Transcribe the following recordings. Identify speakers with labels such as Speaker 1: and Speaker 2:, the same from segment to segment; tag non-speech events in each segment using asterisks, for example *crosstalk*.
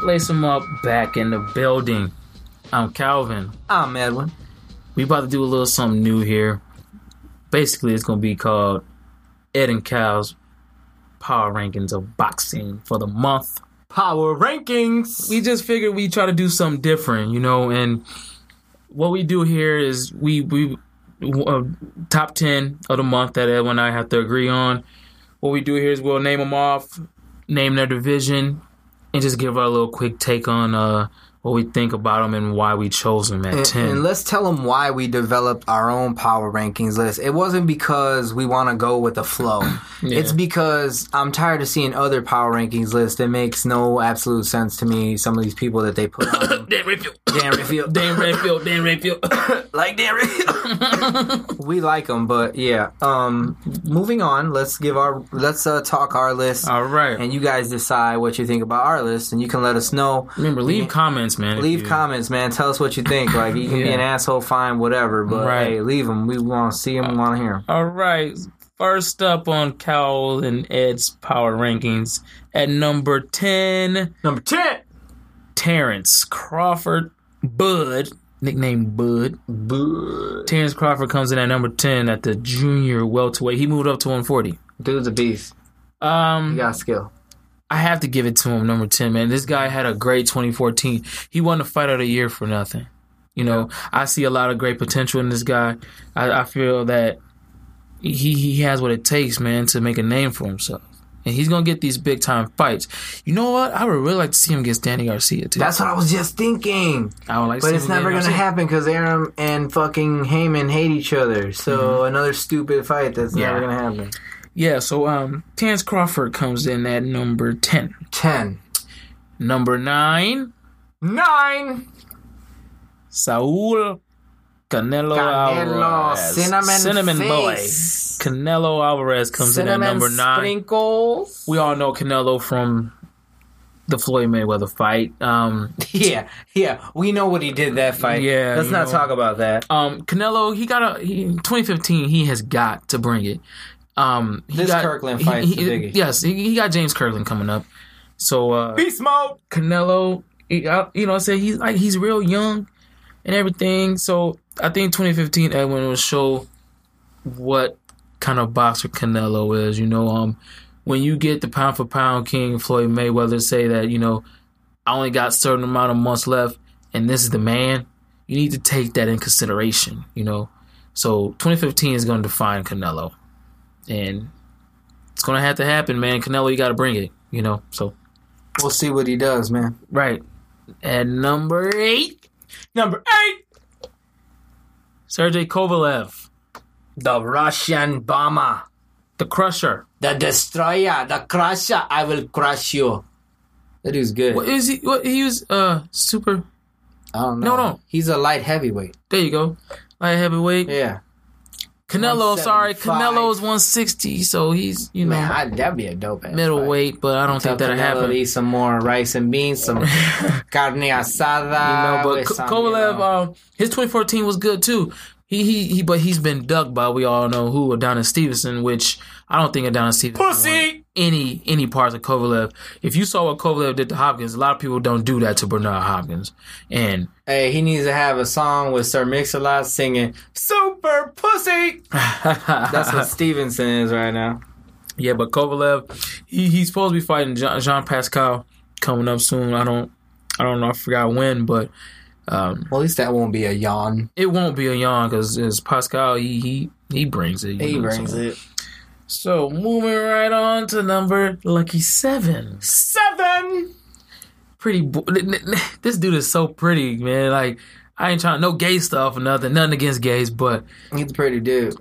Speaker 1: Lace them up back in the building. I'm Calvin.
Speaker 2: I'm Edwin.
Speaker 1: We about to do a little something new here. Basically, it's gonna be called Ed and Cal's Power Rankings of Boxing for the month.
Speaker 2: Power rankings.
Speaker 1: We just figured we try to do something different, you know. And what we do here is we we uh, top ten of the month that Edwin and I have to agree on. What we do here is we'll name them off, name their division, and just give our little quick take on uh, what we think about them and why we chose them at
Speaker 2: and,
Speaker 1: 10.
Speaker 2: and let's tell them why we developed our own power rankings list. It wasn't because we want to go with the flow.
Speaker 1: *clears throat* Yeah.
Speaker 2: It's because I'm tired of seeing other power rankings lists that makes no absolute sense to me. Some of these people that they put on
Speaker 1: *coughs*
Speaker 2: them.
Speaker 1: Dan Redfield.
Speaker 2: Dan Redfield.
Speaker 1: Dan Redfield. Dan Redfield.
Speaker 2: like
Speaker 1: *laughs*
Speaker 2: Dan Redfield. we like them, but yeah. Um, moving on. Let's give our let's uh, talk our
Speaker 1: *coughs*
Speaker 2: list.
Speaker 1: All right.
Speaker 2: and you guys decide what you think about our list, and you can let us know.
Speaker 1: Remember, leave
Speaker 2: Yeah.
Speaker 1: comments, man. if
Speaker 2: Leave
Speaker 1: you-
Speaker 2: comments, man. Tell us what you think. Like you can be
Speaker 1: Yeah.
Speaker 2: an asshole, fine, whatever. But
Speaker 1: Right.
Speaker 2: hey, leave them. We want to see them. We want to hear them.
Speaker 1: All right. First up on Cowell and Ed's power rankings at number 10,
Speaker 2: Number ten,
Speaker 1: Terrence Crawford Bud, nicknamed Bud.
Speaker 2: Boo.
Speaker 1: Terrence Crawford comes in at number 10 at the junior welterweight. He moved up to 140.
Speaker 2: dude's a beast.
Speaker 1: Um,
Speaker 2: He got skill.
Speaker 1: I have to give it to him, number 10, man. This guy had a great 2014. He won the fight of the year for nothing. You know, I see a lot of great potential in this guy. I, I feel that he, he has what it takes, man, to make a name for himself. And he's going to get these big time fights. You know what? I would really like to see him against Danny Garcia, too.
Speaker 2: That's what I was just thinking.
Speaker 1: I would like to
Speaker 2: But
Speaker 1: see
Speaker 2: it's
Speaker 1: him against
Speaker 2: never gonna
Speaker 1: Garcia.
Speaker 2: happen because Aram and fucking Heyman hate each other. So another stupid fight that's
Speaker 1: Mm-hmm. Yeah.
Speaker 2: never gonna happen.
Speaker 1: Yeah, so um, Terrence Crawford comes in at number 10.
Speaker 2: Ten.
Speaker 1: Number 9,
Speaker 2: Nine.
Speaker 1: Saul Canelo,
Speaker 2: Canelo,
Speaker 1: Alvarez.
Speaker 2: cinnamon,
Speaker 1: boy. Canelo Alvarez comes in at number nine.
Speaker 2: sprinkles.
Speaker 1: We all know Canelo from the Floyd Mayweather fight. Um,
Speaker 2: Yeah, yeah. We know what he did that fight.
Speaker 1: Yeah,
Speaker 2: Let's
Speaker 1: you
Speaker 2: not
Speaker 1: know.
Speaker 2: talk about that.
Speaker 1: um, Canelo, he got a he, in 2015. He has got to bring it. Um, he
Speaker 2: This
Speaker 1: got,
Speaker 2: Kirkland
Speaker 1: he-
Speaker 2: fight's
Speaker 1: he-
Speaker 2: the biggest.
Speaker 1: Yes, he, he got James Kirkland coming up. So uh,
Speaker 2: Beast mode.
Speaker 1: Canelo, he- I- you know, I said he's like he's real young and everything. So I think 2015 Edwin will show what kind of boxer Canelo is. You know, um, when you get the pound for pound king Floyd Mayweather say that you know I only got certain amount of months left, and this is the man. You need to take that in consideration. You know, so 2015 is going to define Canelo, and it's going to have to happen, man. Canelo, you got to bring it. You know, so.
Speaker 2: We'll see what he does, man.
Speaker 1: Right. At number eight,
Speaker 2: Number eight,
Speaker 1: Sergey Kovalev,
Speaker 2: the Russian bomber,
Speaker 1: the Crusher.
Speaker 2: the destroyer, the crusher. I will crush you. That dude's good.
Speaker 1: What is he? What he was? Uh, super.
Speaker 2: I don't
Speaker 1: No,
Speaker 2: know.
Speaker 1: no.
Speaker 2: He's a light heavyweight.
Speaker 1: There you go. Light heavyweight.
Speaker 2: Yeah.
Speaker 1: Canelo. Sorry,
Speaker 2: 175.
Speaker 1: Canelo's one sixty, so he's you know
Speaker 2: Man, I, that'd be a dope ass
Speaker 1: middleweight, but I don't
Speaker 2: Tell
Speaker 1: think that'll
Speaker 2: Canelo
Speaker 1: happen.
Speaker 2: to eat some more rice and beans, some *laughs*
Speaker 1: *laughs*
Speaker 2: carne
Speaker 1: No,
Speaker 2: asada.
Speaker 1: but
Speaker 2: with
Speaker 1: Ko-
Speaker 2: some,
Speaker 1: Kovalev,
Speaker 2: you know.
Speaker 1: um, his 2014 was good too. He, he he, but he's been ducked by we all know who Adonis Stevenson, which I don't think Adonis Stevenson
Speaker 2: Pussy!
Speaker 1: won any any parts of Kovalev. If you saw what Kovalev did to Hopkins, a lot of people don't do that to Bernard Hopkins, and
Speaker 2: Hey, he needs to have a song with Sir Mix-a-Lot singing "Super Pussy." *laughs* That's *laughs* what Stevenson is right now.
Speaker 1: *laughs* Yeah, but Kovalev, he, he's supposed to be fighting Jean, Jean Pascal coming up soon. I don't, I don't know. I forgot when, but um,
Speaker 2: Well, at least that won't be a yawn.
Speaker 1: it won't be a yawn because Pascal he he he brings it. you
Speaker 2: He
Speaker 1: know,
Speaker 2: brings
Speaker 1: so.
Speaker 2: it.
Speaker 1: So moving right on to number lucky seven.
Speaker 2: Seven.
Speaker 1: Pretty. Bo- this dude is so pretty, man. Like I ain't trying no gay stuff or nothing. Nothing against gays, but
Speaker 2: He's a pretty dude.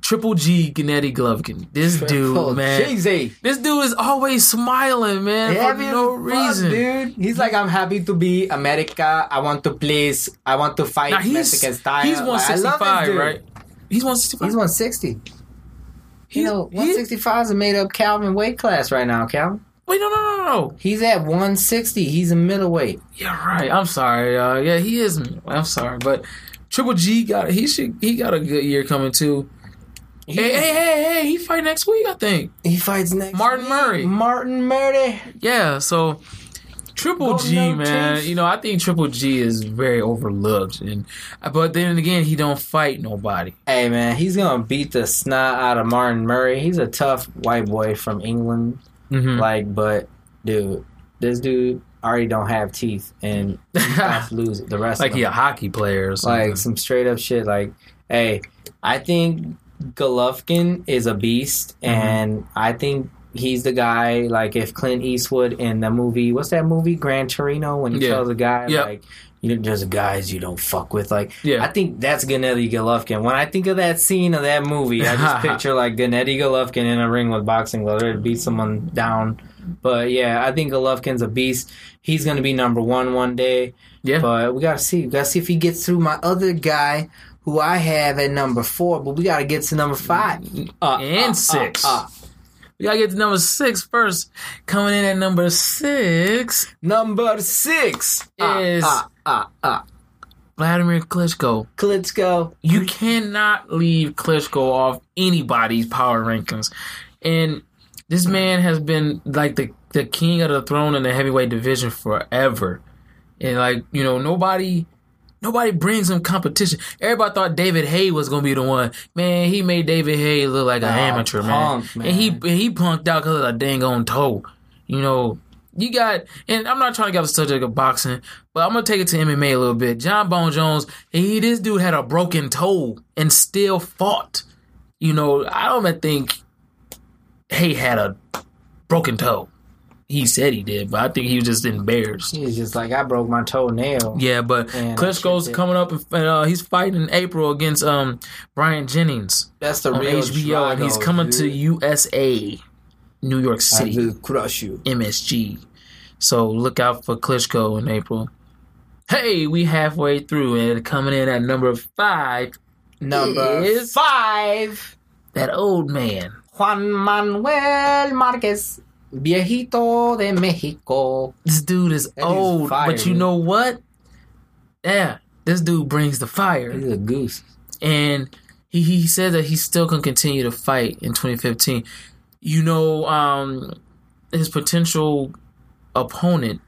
Speaker 1: Triple G Gennady Golovkin. This
Speaker 2: Oh,
Speaker 1: dude, man.
Speaker 2: Jeezy.
Speaker 1: This dude is always smiling, man, for
Speaker 2: Happy
Speaker 1: no
Speaker 2: as
Speaker 1: reason.
Speaker 2: fuck, dude. He's like, I'm happy to be America. I want to please. I want to fight
Speaker 1: Now he's
Speaker 2: Mexican style.
Speaker 1: he's
Speaker 2: Like, I
Speaker 1: one
Speaker 2: love this
Speaker 1: sixty five,
Speaker 2: dude.
Speaker 1: right? He's one sixty five.
Speaker 2: He's 160. You know,
Speaker 1: He-
Speaker 2: 165 is a made up Calvin weight class right now, Calvin.
Speaker 1: Wait, no, no, no, no.
Speaker 2: He's at 160. He's a middleweight.
Speaker 1: Yeah, right. I'm sorry. Uh, yeah, he is. I'm sorry, but Triple G got he should he got a good year coming too.
Speaker 2: He,
Speaker 1: Hey, hey, hey, hey, he fight next week, I think.
Speaker 2: he fights next.
Speaker 1: Martin Murray.
Speaker 2: Martin Murray.
Speaker 1: Yeah, so Triple
Speaker 2: Golden
Speaker 1: G,
Speaker 2: Globe
Speaker 1: man.
Speaker 2: changed-
Speaker 1: You know, I think Triple G is very overlooked, and but then again, he don't fight nobody.
Speaker 2: Hey man, he's gonna beat the snot out of Martin Murray. He's a tough white boy from England.
Speaker 1: Mhm.
Speaker 2: Like, but dude, this dude already don't have teeth
Speaker 1: *laughs*
Speaker 2: and he's about to lose the rest.
Speaker 1: like
Speaker 2: of
Speaker 1: he
Speaker 2: them.
Speaker 1: a hockey player or something.
Speaker 2: like some straight up shit. Like, hey, I think Golovkin is a beast,
Speaker 1: Mm-hmm.
Speaker 2: and I think he's the guy. Like, if Clint Eastwood in the movie, what's that movie, Gran Torino, when he
Speaker 1: Yeah.
Speaker 2: tells a guy
Speaker 1: Yep.
Speaker 2: like. You know, there's guys you don't fuck with. Like,
Speaker 1: Yeah.
Speaker 2: I think that's Gennady Golovkin. When I think of that scene of that movie,
Speaker 1: *laughs*
Speaker 2: I just picture like Gennady Golovkin in a ring with boxing gloves to beat someone down. But yeah, I think Golovkin's a beast. He's gonna be number one one day.
Speaker 1: yeah,
Speaker 2: But we gotta see. We gotta see if he gets through my other guy who I have at number four, but we gotta get to number five. Uh,
Speaker 1: And six. we gotta get to number six first. Coming in at number six
Speaker 2: Number six
Speaker 1: Is-
Speaker 2: uh, uh, uh, uh.
Speaker 1: Vladimir Klitschko.
Speaker 2: Klitschko.
Speaker 1: You cannot leave Klitschko off anybody's power rankings, and this man has been like the the king of the throne in the heavyweight division forever, and like you know nobody. Nobody brings him competition. Everybody thought David Hay was gonna be the one. Man, he made David Hay look like an amateur, man.
Speaker 2: punk,
Speaker 1: And he
Speaker 2: man.
Speaker 1: and he punked out because of a dang on toe. You know, you got. And I'm not trying to get off the subject of boxing, but I'm gonna take it to MMA a little bit. John Bone Jones, he this dude had a broken toe and still fought. You know, I don't even think Hay had a broken toe. He said he did, but I think he was just embarrassed.
Speaker 2: He's just like I broke my toenail.
Speaker 1: Yeah, but
Speaker 2: And
Speaker 1: Klitschko's
Speaker 2: shit, yeah.
Speaker 1: coming up and uh, he's fighting in April against um Brian Jennings
Speaker 2: That's the
Speaker 1: on
Speaker 2: real
Speaker 1: HBO, and he's
Speaker 2: Drago,
Speaker 1: coming to
Speaker 2: dude.
Speaker 1: USA, New York
Speaker 2: I
Speaker 1: City,
Speaker 2: will crush you.
Speaker 1: MSG. So look out for Klitschko in April. Hey, we halfway through, and coming in at number five,
Speaker 2: Number
Speaker 1: Is-
Speaker 2: five,
Speaker 1: that old man.
Speaker 2: Juan Manuel Marquez, viejito de Mexico.
Speaker 1: This dude is
Speaker 2: dude's
Speaker 1: old,
Speaker 2: fire,
Speaker 1: but you
Speaker 2: dude.
Speaker 1: know what? Yeah, this dude brings the fire.
Speaker 2: He's a goose.
Speaker 1: and he, he said that he still can continue to fight in 2015. You know, um, his potential opponent,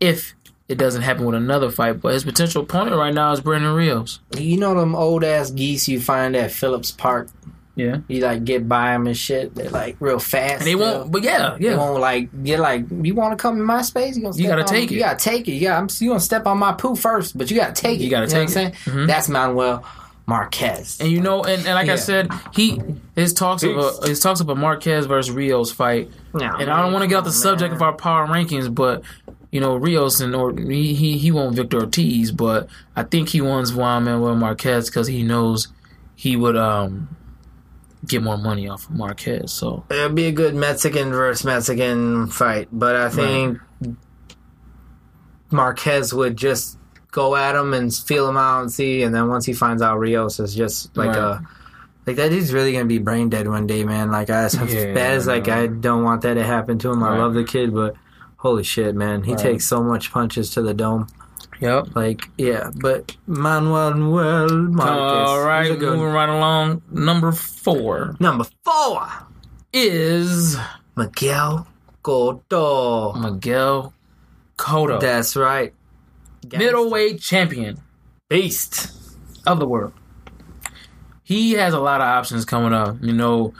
Speaker 1: if it doesn't happen with another fight, but his potential opponent right now is Brandon Rios.
Speaker 2: You know them old ass geese you find at Phillips Park.
Speaker 1: Yeah, and
Speaker 2: You like get by them and shit. They like real fast.
Speaker 1: they won't. But yeah,
Speaker 2: They
Speaker 1: yeah,
Speaker 2: won't like. You're like. You want to come in my space? You, gonna
Speaker 1: You
Speaker 2: step
Speaker 1: gotta
Speaker 2: on-
Speaker 1: take it.
Speaker 2: You gotta take it. You gotta. I'm, you gonna step on my poo first, but you gotta take it.
Speaker 1: You gotta
Speaker 2: know
Speaker 1: take
Speaker 2: what I'm
Speaker 1: it.
Speaker 2: saying?
Speaker 1: Mhm.
Speaker 2: That's Manuel Marquez.
Speaker 1: and you know, and, and like I
Speaker 2: Yeah.
Speaker 1: said, he his talks of a, his talks of a Marquez versus Rios fight, and I don't want to get off the subject of our power rankings, but. You know Rios and or he he, he won Victor Ortiz, but I think he wants Juan Manuel Marquez because he knows he would um get more money off of Marquez. So
Speaker 2: It'd be a good Mexican versus Mexican fight, but I think Marquez would just go at him and feel him out and see. And then once he finds out Rios is just like
Speaker 1: Right.
Speaker 2: a like that dude's really gonna be brain dead one day, man. Like I, as
Speaker 1: *laughs* Yeah,
Speaker 2: bad as like
Speaker 1: I
Speaker 2: I don't want that to happen to him.
Speaker 1: Right.
Speaker 2: I love the kid, but holy shit, man, he
Speaker 1: Right.
Speaker 2: takes so much punches to the dome.
Speaker 1: yep.
Speaker 2: Like yeah, but Manuel Manuel Marquez,
Speaker 1: All right,
Speaker 2: he's a good
Speaker 1: moving
Speaker 2: one.
Speaker 1: right along. Number four
Speaker 2: number four,
Speaker 1: is
Speaker 2: Miguel Cotto.
Speaker 1: Miguel Cotto,
Speaker 2: That's right.
Speaker 1: middleweight champion
Speaker 2: beast.
Speaker 1: of the world. He has a lot of options coming up. You know,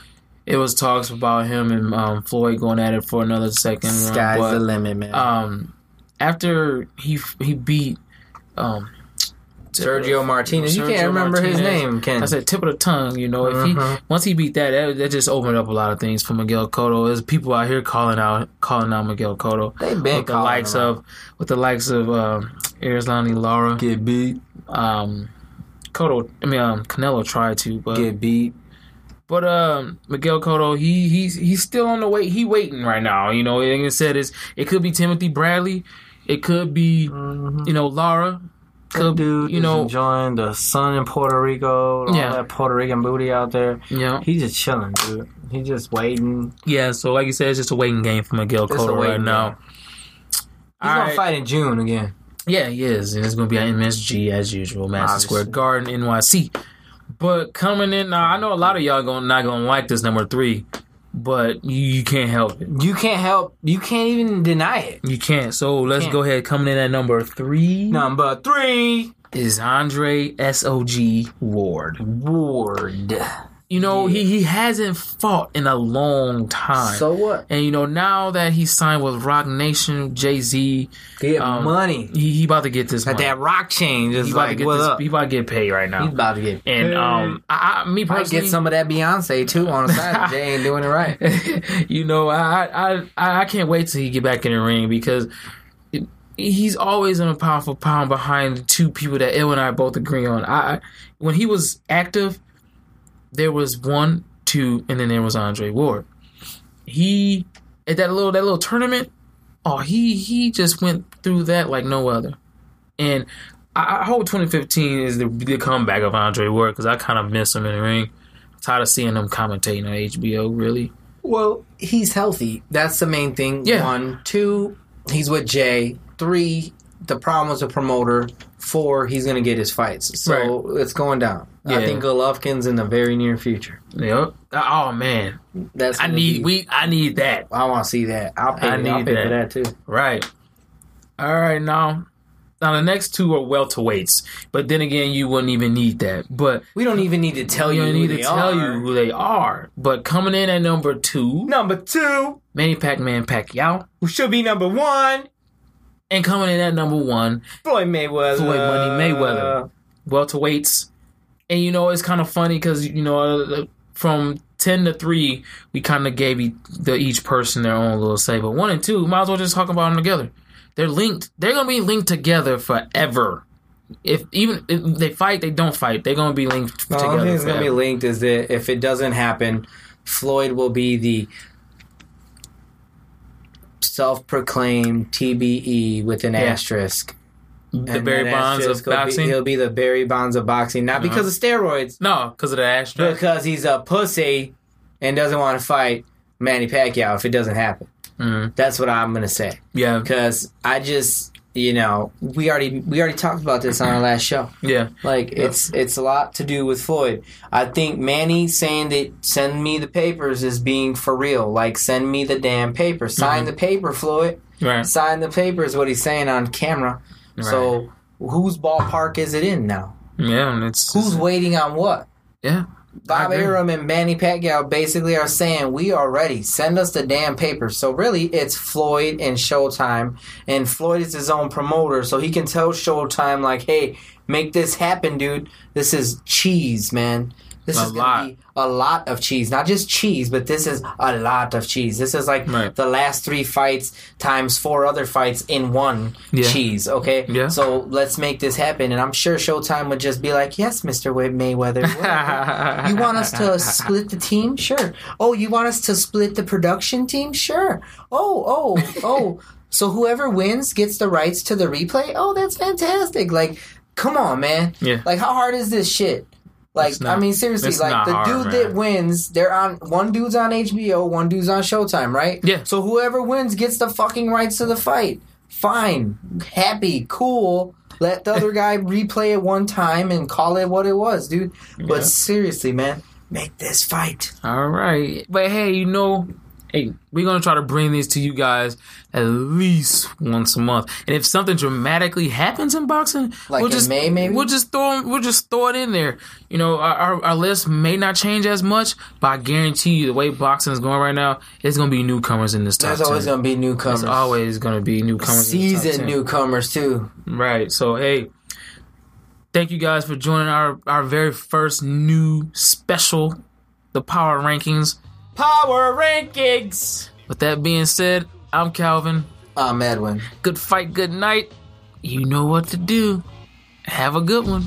Speaker 1: it was talks about him and um, Floyd going at it for another second. round,
Speaker 2: Sky's
Speaker 1: but-
Speaker 2: the limit, man.
Speaker 1: um after he he beat um
Speaker 2: Sergio Martinez. you
Speaker 1: Sergio
Speaker 2: can't remember his
Speaker 1: Martinez.
Speaker 2: name, can
Speaker 1: I said tip of the tongue, you know. If
Speaker 2: Mhm.
Speaker 1: he once he beat that, that, that just opened up a lot of things for Miguel Cotto. There's people out here calling out calling out Miguel Cotto
Speaker 2: They've been
Speaker 1: with the
Speaker 2: calling
Speaker 1: likes
Speaker 2: him out.
Speaker 1: of with the likes of um, Arizlani Lara.
Speaker 2: Get beat.
Speaker 1: Um, Cotto, I mean um, Canelo tried to, but
Speaker 2: Get beat.
Speaker 1: but um, Miguel Cotto, he he's he's still on the wait. He waiting right now. You know, like I said, it's it could be Timothy Bradley, it could be
Speaker 2: Mm-hmm.
Speaker 1: you know Lara, could
Speaker 2: Dude,
Speaker 1: you know
Speaker 2: enjoying the sun in Puerto Rico. All
Speaker 1: Yeah.
Speaker 2: that Puerto Rican booty out there.
Speaker 1: yeah
Speaker 2: He's just chilling, dude. He's just waiting.
Speaker 1: yeah. So like you said, it's just a waiting game for Miguel
Speaker 2: Just a
Speaker 1: Cotto right
Speaker 2: waiting
Speaker 1: now.
Speaker 2: game. He's gonna
Speaker 1: Alright.
Speaker 2: fight in June again.
Speaker 1: Yeah, he is, and it's gonna be at MSG as usual, Madison
Speaker 2: Obviously.
Speaker 1: Square Garden, NYC. But coming in now, I know a lot of y'all gonna not gonna like this number three, but you, you can't help it.
Speaker 2: You can't help. You can't even deny it.
Speaker 1: You can't. So let's
Speaker 2: Can't.
Speaker 1: go ahead. Coming in at number three
Speaker 2: Number three,
Speaker 1: is Andre S.O.G. Ward.
Speaker 2: Ward.
Speaker 1: You know, he, he hasn't fought in a long time.
Speaker 2: So what?
Speaker 1: and you know, now that he signed with Rock Nation, Jay Z,
Speaker 2: Get
Speaker 1: Um,
Speaker 2: money.
Speaker 1: he, he about to get this
Speaker 2: Like
Speaker 1: money.
Speaker 2: that rock change
Speaker 1: he
Speaker 2: is
Speaker 1: about to
Speaker 2: like
Speaker 1: get
Speaker 2: what
Speaker 1: this,
Speaker 2: up.
Speaker 1: he about to get paid right now.
Speaker 2: He's about to get.
Speaker 1: and um, I, I me
Speaker 2: might
Speaker 1: personally,
Speaker 2: get some of that Beyonce too on the side. Jay ain't doing it
Speaker 1: *laughs*
Speaker 2: right.
Speaker 1: you know, I, I I I can't wait till he get back in the ring because it- he's always in a powerful pound behind two people that Ill and I both agree on. I I- when he was active, there was one, two, and then there was Andre Ward. He at that little that little tournament, oh he he just went through that like no other, and. I I hope 2015 is the, the comeback of Andre Ward because I kind of miss him in the ring. I'm tired of seeing him commentating on HBO, really.
Speaker 2: *laughs* Well, he's healthy. That's the main thing.
Speaker 1: Yeah.
Speaker 2: One, two, he's with Jay. Three, the problem was the promoter. Four, he's going to get his fights. So it's going down. I
Speaker 1: Yeah.
Speaker 2: think Golovkin's in the very near future.
Speaker 1: Yep. Oh man,
Speaker 2: That's
Speaker 1: I
Speaker 2: gonna
Speaker 1: need
Speaker 2: be-
Speaker 1: we I need that.
Speaker 2: I want to see that. I'll pay.
Speaker 1: I
Speaker 2: I
Speaker 1: need
Speaker 2: will pay
Speaker 1: that.
Speaker 2: for that too.
Speaker 1: Right. All right now. Now the next two are welterweights, but then again, you wouldn't even need that. But
Speaker 2: We don't even need to tell
Speaker 1: you
Speaker 2: you.
Speaker 1: need
Speaker 2: who
Speaker 1: to
Speaker 2: they
Speaker 1: tell
Speaker 2: are.
Speaker 1: you who they are. But coming in at number two,
Speaker 2: Number two,
Speaker 1: Manny Pac-Man Pacquiao,
Speaker 2: who should be number one,
Speaker 1: and coming in at number one,
Speaker 2: Floyd Mayweather.
Speaker 1: Floyd Money
Speaker 2: Uh,
Speaker 1: Mayweather. welterweights. And you know it's kind of funny because you know uh, from ten to three, we kind of gave e- the, each person their own little say. But one and two, might as well just talk about them together. They're linked. They're gonna be linked together forever. If even if they fight, they don't fight. They're gonna be linked
Speaker 2: The only thing
Speaker 1: together.
Speaker 2: that's going to be
Speaker 1: Forever.
Speaker 2: linked is that if it doesn't happen, Floyd will be the self-proclaimed TBE with an
Speaker 1: Yeah.
Speaker 2: asterisk.
Speaker 1: the
Speaker 2: And
Speaker 1: Barry
Speaker 2: that
Speaker 1: Bonds of
Speaker 2: asterisk will be-
Speaker 1: boxing. Uh-huh.
Speaker 2: he'll be the Barry Bonds of boxing, not because of steroids,
Speaker 1: no, because of the asterisk.
Speaker 2: because he's a pussy and doesn't want to fight Manny Pacquiao if it doesn't happen.
Speaker 1: Mm,
Speaker 2: That's what I'm going to say.
Speaker 1: yeah,
Speaker 2: Because I just, you know, we already we already talked about this on our last show.
Speaker 1: yeah,
Speaker 2: Like it's it's a lot to do with Floyd. I think Manny saying that send me the papers is being for real. Like send me the damn paper. Sign the paper, Floyd.
Speaker 1: right.
Speaker 2: Sign the paper is what he's saying on camera. So whose ballpark is it in now?
Speaker 1: yeah, and it's
Speaker 2: Who's waiting on what?
Speaker 1: yeah,
Speaker 2: Bob
Speaker 1: agree.
Speaker 2: Arum and Manny Pacquiao basically are saying we are ready. Send us the damn papers. So really, it's Floyd and Showtime, and Floyd is his own promoter, so he can tell Showtime like, "Hey, make this happen, dude. This is cheese, man. This
Speaker 1: A
Speaker 2: is gonna
Speaker 1: lot.
Speaker 2: be a lot of cheese. Not just cheese, but this is a lot of cheese. This is like
Speaker 1: Right.
Speaker 2: the last three fights times four other fights in one
Speaker 1: Yeah.
Speaker 2: cheese. Okay,
Speaker 1: Yeah.
Speaker 2: so let's make this happen. And I'm sure Showtime would just be like, "Yes, Mister Mayweather."
Speaker 1: *laughs*
Speaker 2: whatever." *laughs* You want us to split the team? Sure. Oh, you want us to split the production team? Sure. Oh, oh, oh. So whoever wins gets the rights to the replay? Oh, that's fantastic. Like, come on, man.
Speaker 1: Yeah.
Speaker 2: Like, how hard is this shit? Like,
Speaker 1: It's not-
Speaker 2: I mean, seriously,
Speaker 1: it's
Speaker 2: like
Speaker 1: not
Speaker 2: the
Speaker 1: hard,
Speaker 2: dude
Speaker 1: man.
Speaker 2: that wins, they're on one dude's on HBO, one dude's on Showtime, right?
Speaker 1: Yeah.
Speaker 2: So whoever wins gets the fucking rights to the fight. Fine. Happy, cool. Let the
Speaker 1: *laughs*
Speaker 2: other guy replay it one time and call it what it was, dude.
Speaker 1: Yeah.
Speaker 2: But seriously, man, make this fight.
Speaker 1: All right. But hey, you know, hey, we're going to try to bring these to you guys at least once a month. And if something dramatically happens in boxing,
Speaker 2: Like
Speaker 1: we'll
Speaker 2: in
Speaker 1: just
Speaker 2: May, maybe?
Speaker 1: we'll just throw 'em- we'll just throw it in there. You know, our, our, our list may not change as much, but I guarantee you the way boxing is going right now, it's going to be newcomers in this top
Speaker 2: There's always
Speaker 1: 10.
Speaker 2: going to be newcomers.
Speaker 1: It's always going to be newcomers. in the top
Speaker 2: seasoned
Speaker 1: 10.
Speaker 2: newcomers too.
Speaker 1: Right. So hey, thank you guys for joining our our very first new special, the Power Rankings.
Speaker 2: Power rankings.
Speaker 1: With that being said, I'm Calvin.
Speaker 2: I'm Edwin.
Speaker 1: Good fight, good night. You know what to do. Have a good one.